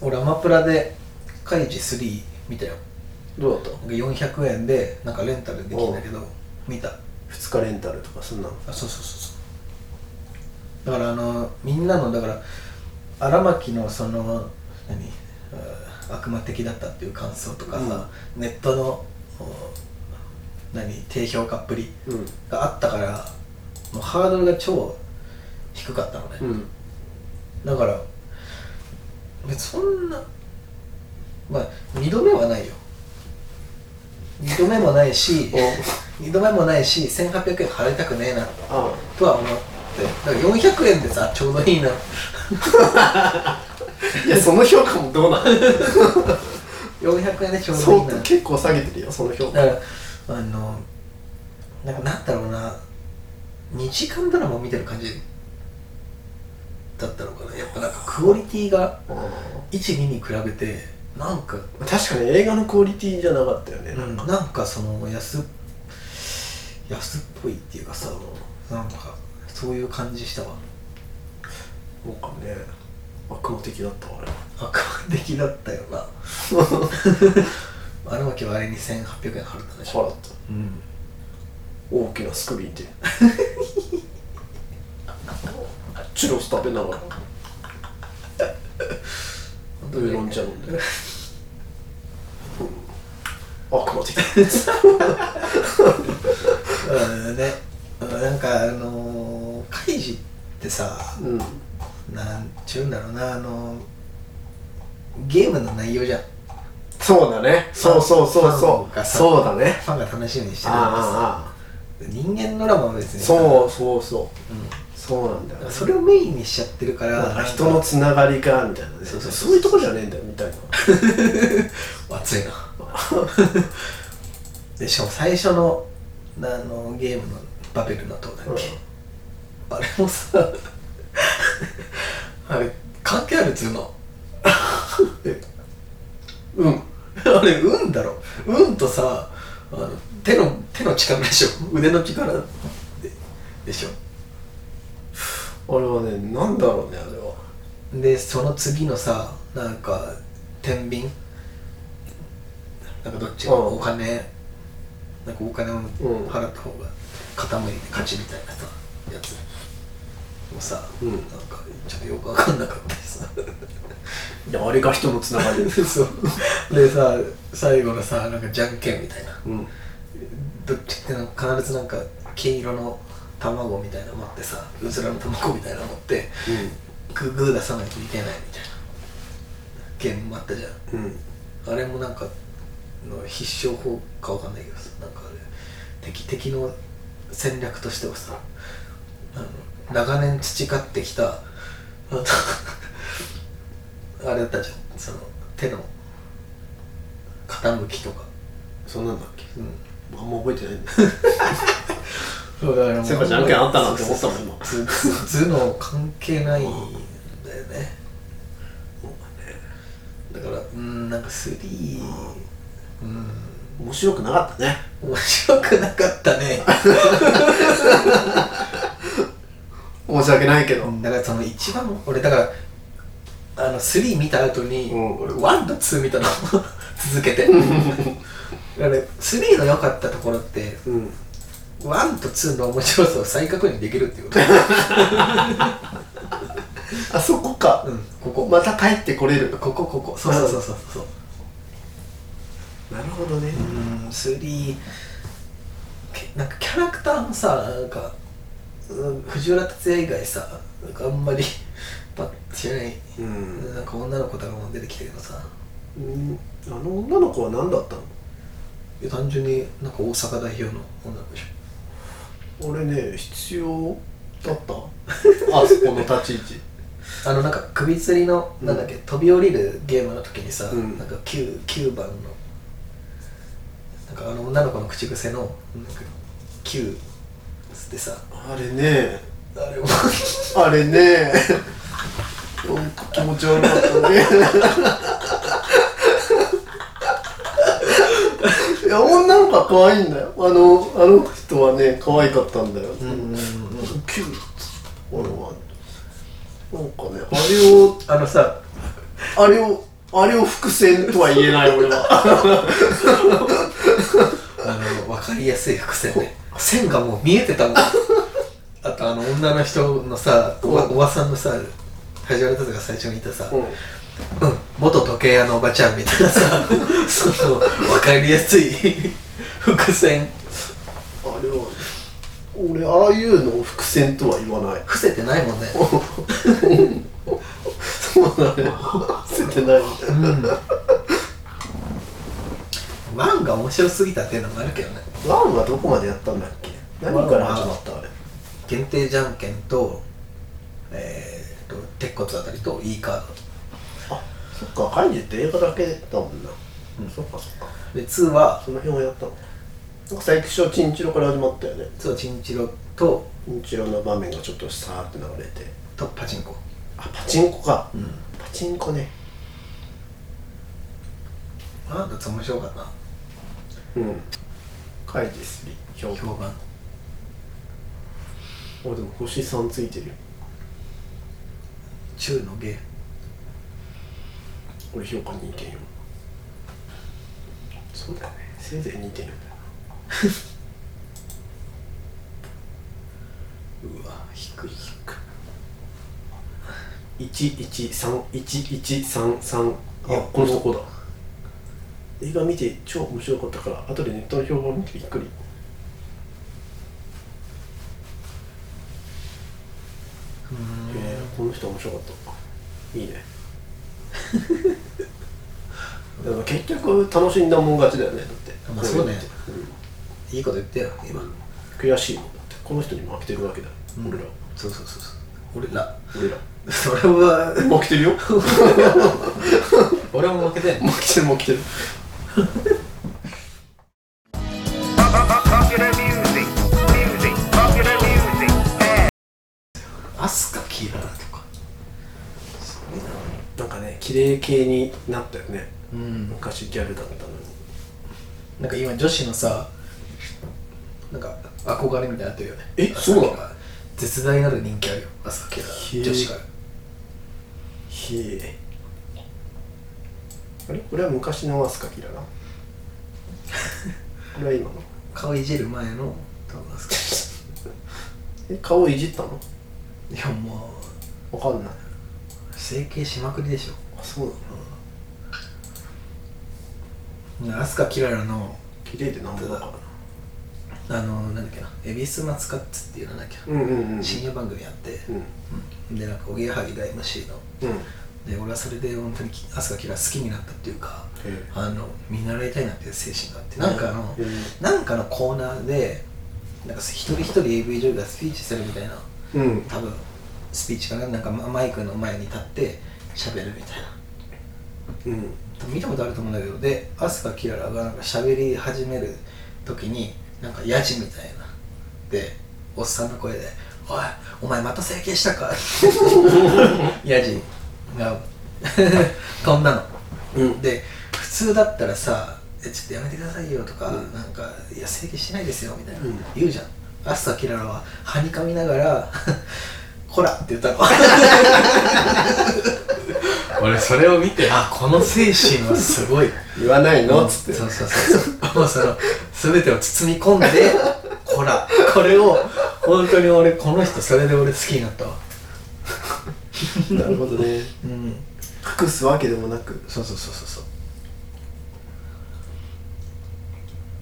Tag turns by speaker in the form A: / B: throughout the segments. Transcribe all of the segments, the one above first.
A: 俺アマプラで「カイジ3」見たよ
B: どうだっ
A: なんか400円でなんかレンタルできるんだけど見た
B: た2日レンタルとかそんなの
A: あそうそうそうそうだからあのみんなのだから荒牧のその何あ悪魔的だったっていう感想とかさ、ネットのお何低評価っぷり
B: うん
A: があったからもうハードルが超低かったのね、
B: うん
A: だから別にそんなまあ2度目はないよ2度目もないし2度目もないし1800円払いたくねえな
B: あ
A: とは思ってだから400円でさちょうどいいな
B: いやその評価もどうなの
A: 400円でちょうどい
B: そ
A: いうな
B: 結構下げてるよその評価
A: だからあのなんかなんだろうな2時間ドラマを見てる感じだったのかなやっぱなんかクオリティが12に比べてなんか
B: 確かに映画のクオリティじゃなかったよね、
A: うん、なんかその安っ安っぽいっていうかさなんかそういう感じしたわ
B: そうかね悪魔的だったわあれ
A: 悪魔的だったよな あの時はあれに1800円払ったでしょ、
B: 払った
A: うん、
B: 大きなスクリーンでチュロス食べながらウーロン茶飲んで、うん、悪魔的
A: うんねなんかあのー、カイジってさ
B: うん
A: なんちゅうんだろうなあのー、ゲームの内容じゃん
B: そうだねそうそうそうそうそうだね
A: ファンが楽しみにしてるからさ
B: あああ
A: 人間ドラマは別
B: あ
A: にさ
B: そうそうそう
A: うん、
B: そうなんだよ
A: だからそれをメインにしちゃってるか
B: なん
A: ら
B: か人のつながりがみたいなね
A: そ
B: そうう
A: そうそう
B: いうとこじゃねえんだよみたいな
A: 熱いな でしかも最初のあのゲームのバベルの塔だっけ、
B: うん
A: あれもさ あれ関係あるっつう の
B: うん
A: あれ運だろ運とさあの手の手の力でしょ腕の力ででしょ
B: あれはねなんだろうねあれは
A: でその次のさなんか天秤なんかどっちが
B: うん
A: お金なんかお金を
B: うん
A: 払った方が傾いて勝ちみたいなさやつもさ、
B: うん
A: なんかちょっとよくわかんなかったしさ
B: いやあれが人のつなが り
A: そうでさ最後のさなんかじゃんけんみたいな
B: うん
A: どっちってなんか必ずなんか金色の卵みたいなの持ってさうずらの卵みたいなの持ってグーグー出さないといけないみたいなゲームもあったじゃん
B: うんうん
A: あれもなんかの必勝法かわかんないけどさなんかあれ敵敵の戦略としてはさあの長年培ってきた あのあれだったじゃんその手の傾きとか、
B: そんなんだっけ
A: うん、
B: あんま覚えてないんだ
A: そうだから
B: そういえばじゃんけんあったなって思ったもん今
A: 頭頭脳関係ないんだよねだからうんなんか3うん
B: 面白くなかったね
A: 面白くなかったね
B: 申し訳ないけど
A: だからその一番俺だからあの3見た後に、
B: うん
A: 俺1と2見たの 続 けてだから3の良かったところって
B: うん
A: 1と2の面白さを再確認できるっていうこ
B: あそこか
A: と、うん、ここ
B: また帰ってこれる
A: ここここそうそうそうそうそう
B: なるほどね
A: うん3けなんかキャラクターもさなんか、うん、藤原竜也以外さなんかあんまり パッと知らない、
B: うん
A: なんか女の子とかも出てきたけどさ
B: うんあの女の子は何だったの
A: いや単純になんか大阪代表の女の子でしょ
B: 俺ね必要だったあそこの立ち位置
A: あのなんか首吊りのなんだっけ、飛び降りるゲームの時にさ、
B: うん
A: なんか 9, 9番のなんかあの女の子の口癖のなんか9でさ
B: あれね
A: あれも
B: あれねうん気持ち悪かったねいや女の子は可愛いんだよあのあの人はね可愛かったんだよ、
A: うんうんうん
B: キュー俺はなんかねあれを
A: あのさ
B: あれをあれを伏線とは言えない俺 は
A: あの分かりやすい伏線ね線がもう見えてたもんあとあの女の人のさおばおばさんのさ梶原達が最初にいたさ、
B: うん
A: うん、元時計屋のおばちゃんみたいなさ その分かりやすい伏線
B: あれは俺ああいうのを伏線とは言わない
A: 伏せてないもんね
B: そうだね捨ててないみたいな
A: ワンが面白すぎたっていうのもあるけどね
B: ワンはどこまでやったんだっけ何から始まったあれ
A: 限定じゃんけんとえー、と鉄骨あたりと E カード
B: あそっか会議って映画だけだもんなうんそっかそっか
A: で2は
B: その辺をやったのなんか最初チンチロから始まったよね
A: 2はチンチロと
B: チンチロの場面がちょっとさーって流れて
A: とパチンコ
B: あパチンコか、
A: うん
B: パチンコね
A: ワンだと面白かったな
B: うん会議すり評価
A: 評判
B: あでも星3ついてるよ
A: 中の芸
B: 俺評価2.4そうだねせいぜい2.4だよ
A: うわ低い
B: 113113
A: いや
B: あこの人こうだ映画見て超面白かったから後でネットの評判見てびっくり
A: う
B: へ
A: ん
B: えこの人面白かったいいね だから結局楽しんだもん勝ちだよねだって
A: まあそうね
B: うん
A: いいこと言ってよ今、うん、
B: 悔しいもんだってこの人に負けてるわけだよ、俺ら
A: そうそうそうそう俺ら
B: 俺ら
A: それは
B: 負けてるよ負
A: 俺も負けてんの
B: けてる負けてる
C: Popular music, music, popular music, yeah.
A: 飛鳥キララとかすごいな
B: なんかね綺麗系になったよね
A: うん
B: 昔ギャルだったのに
A: なんか今女子のさなんか憧れみたいになってるよね
B: えそうなの
A: か絶大なる人気あるよ朝キラ
B: へえ
A: 女子から
B: へえあれこれは昔のアスカキラ なこれは今の
A: 顔いじる前の多分朝キ
B: え顔いじったの
A: ラいやも
B: わかんないう
A: 整形しまくりでしょ
B: あそうなの
A: 飛鳥キララの
B: 綺麗でなんぼだからな
A: あのなんだっけな「恵比寿マツカッツ」っていうのなんだっけ
B: うんうんうんうん
A: な深夜番組やって、
B: うん
A: でなんかおぎやはぎが MC ので俺はそれで本当にき飛鳥キララ好きになったっていうか
B: え
A: あの見習いたいなっていう精神があってなんかあの、
B: え
A: なんかのコーナーでなんか一人一人 AV 女優がスピーチするみたいな
B: えうん
A: 多分スピーチかななんかママイクの前に立って喋るみたいな
B: うん
A: 多分見たことあると思うんだけどで飛鳥キララがなんか喋り始める時になんかヤジみたいなでおっさんの声で「おいお前また整形したか?」 ヤジが 飛んだの。
B: うん
A: で普通だったらさ「えちょっとやめてくださいよ」とか、
B: うん
A: なんか「いや整形してないですよ」みたいな、
B: うん
A: 言うじゃん朝キララははにかみながら 「こら!」って言った の俺それを見てあこの精神はすごい
B: 言わない のっつって
A: そうそうそうもうその全てを包み込んで「こら!」これを本当に俺この人それで俺好きになったわ
B: なるほどね
A: うん
B: 隠すわけでもなく
A: そうそうそうそうそう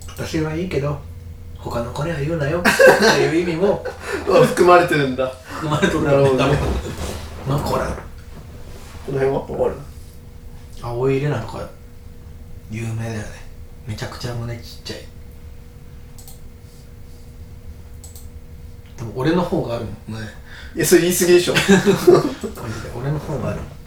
A: 私はいいけど他の子には言うなよっていう意味も
B: あ 含まれてるんだ
A: 含まれとる
B: なるほどね
A: まあこら
B: この辺はわかる
A: 青いレナとか有名だよねめちゃくちゃ胸ちっちゃいでも俺の方があるもんね
B: いやそれ言い過ぎでしょ
A: マジで俺の方があるもん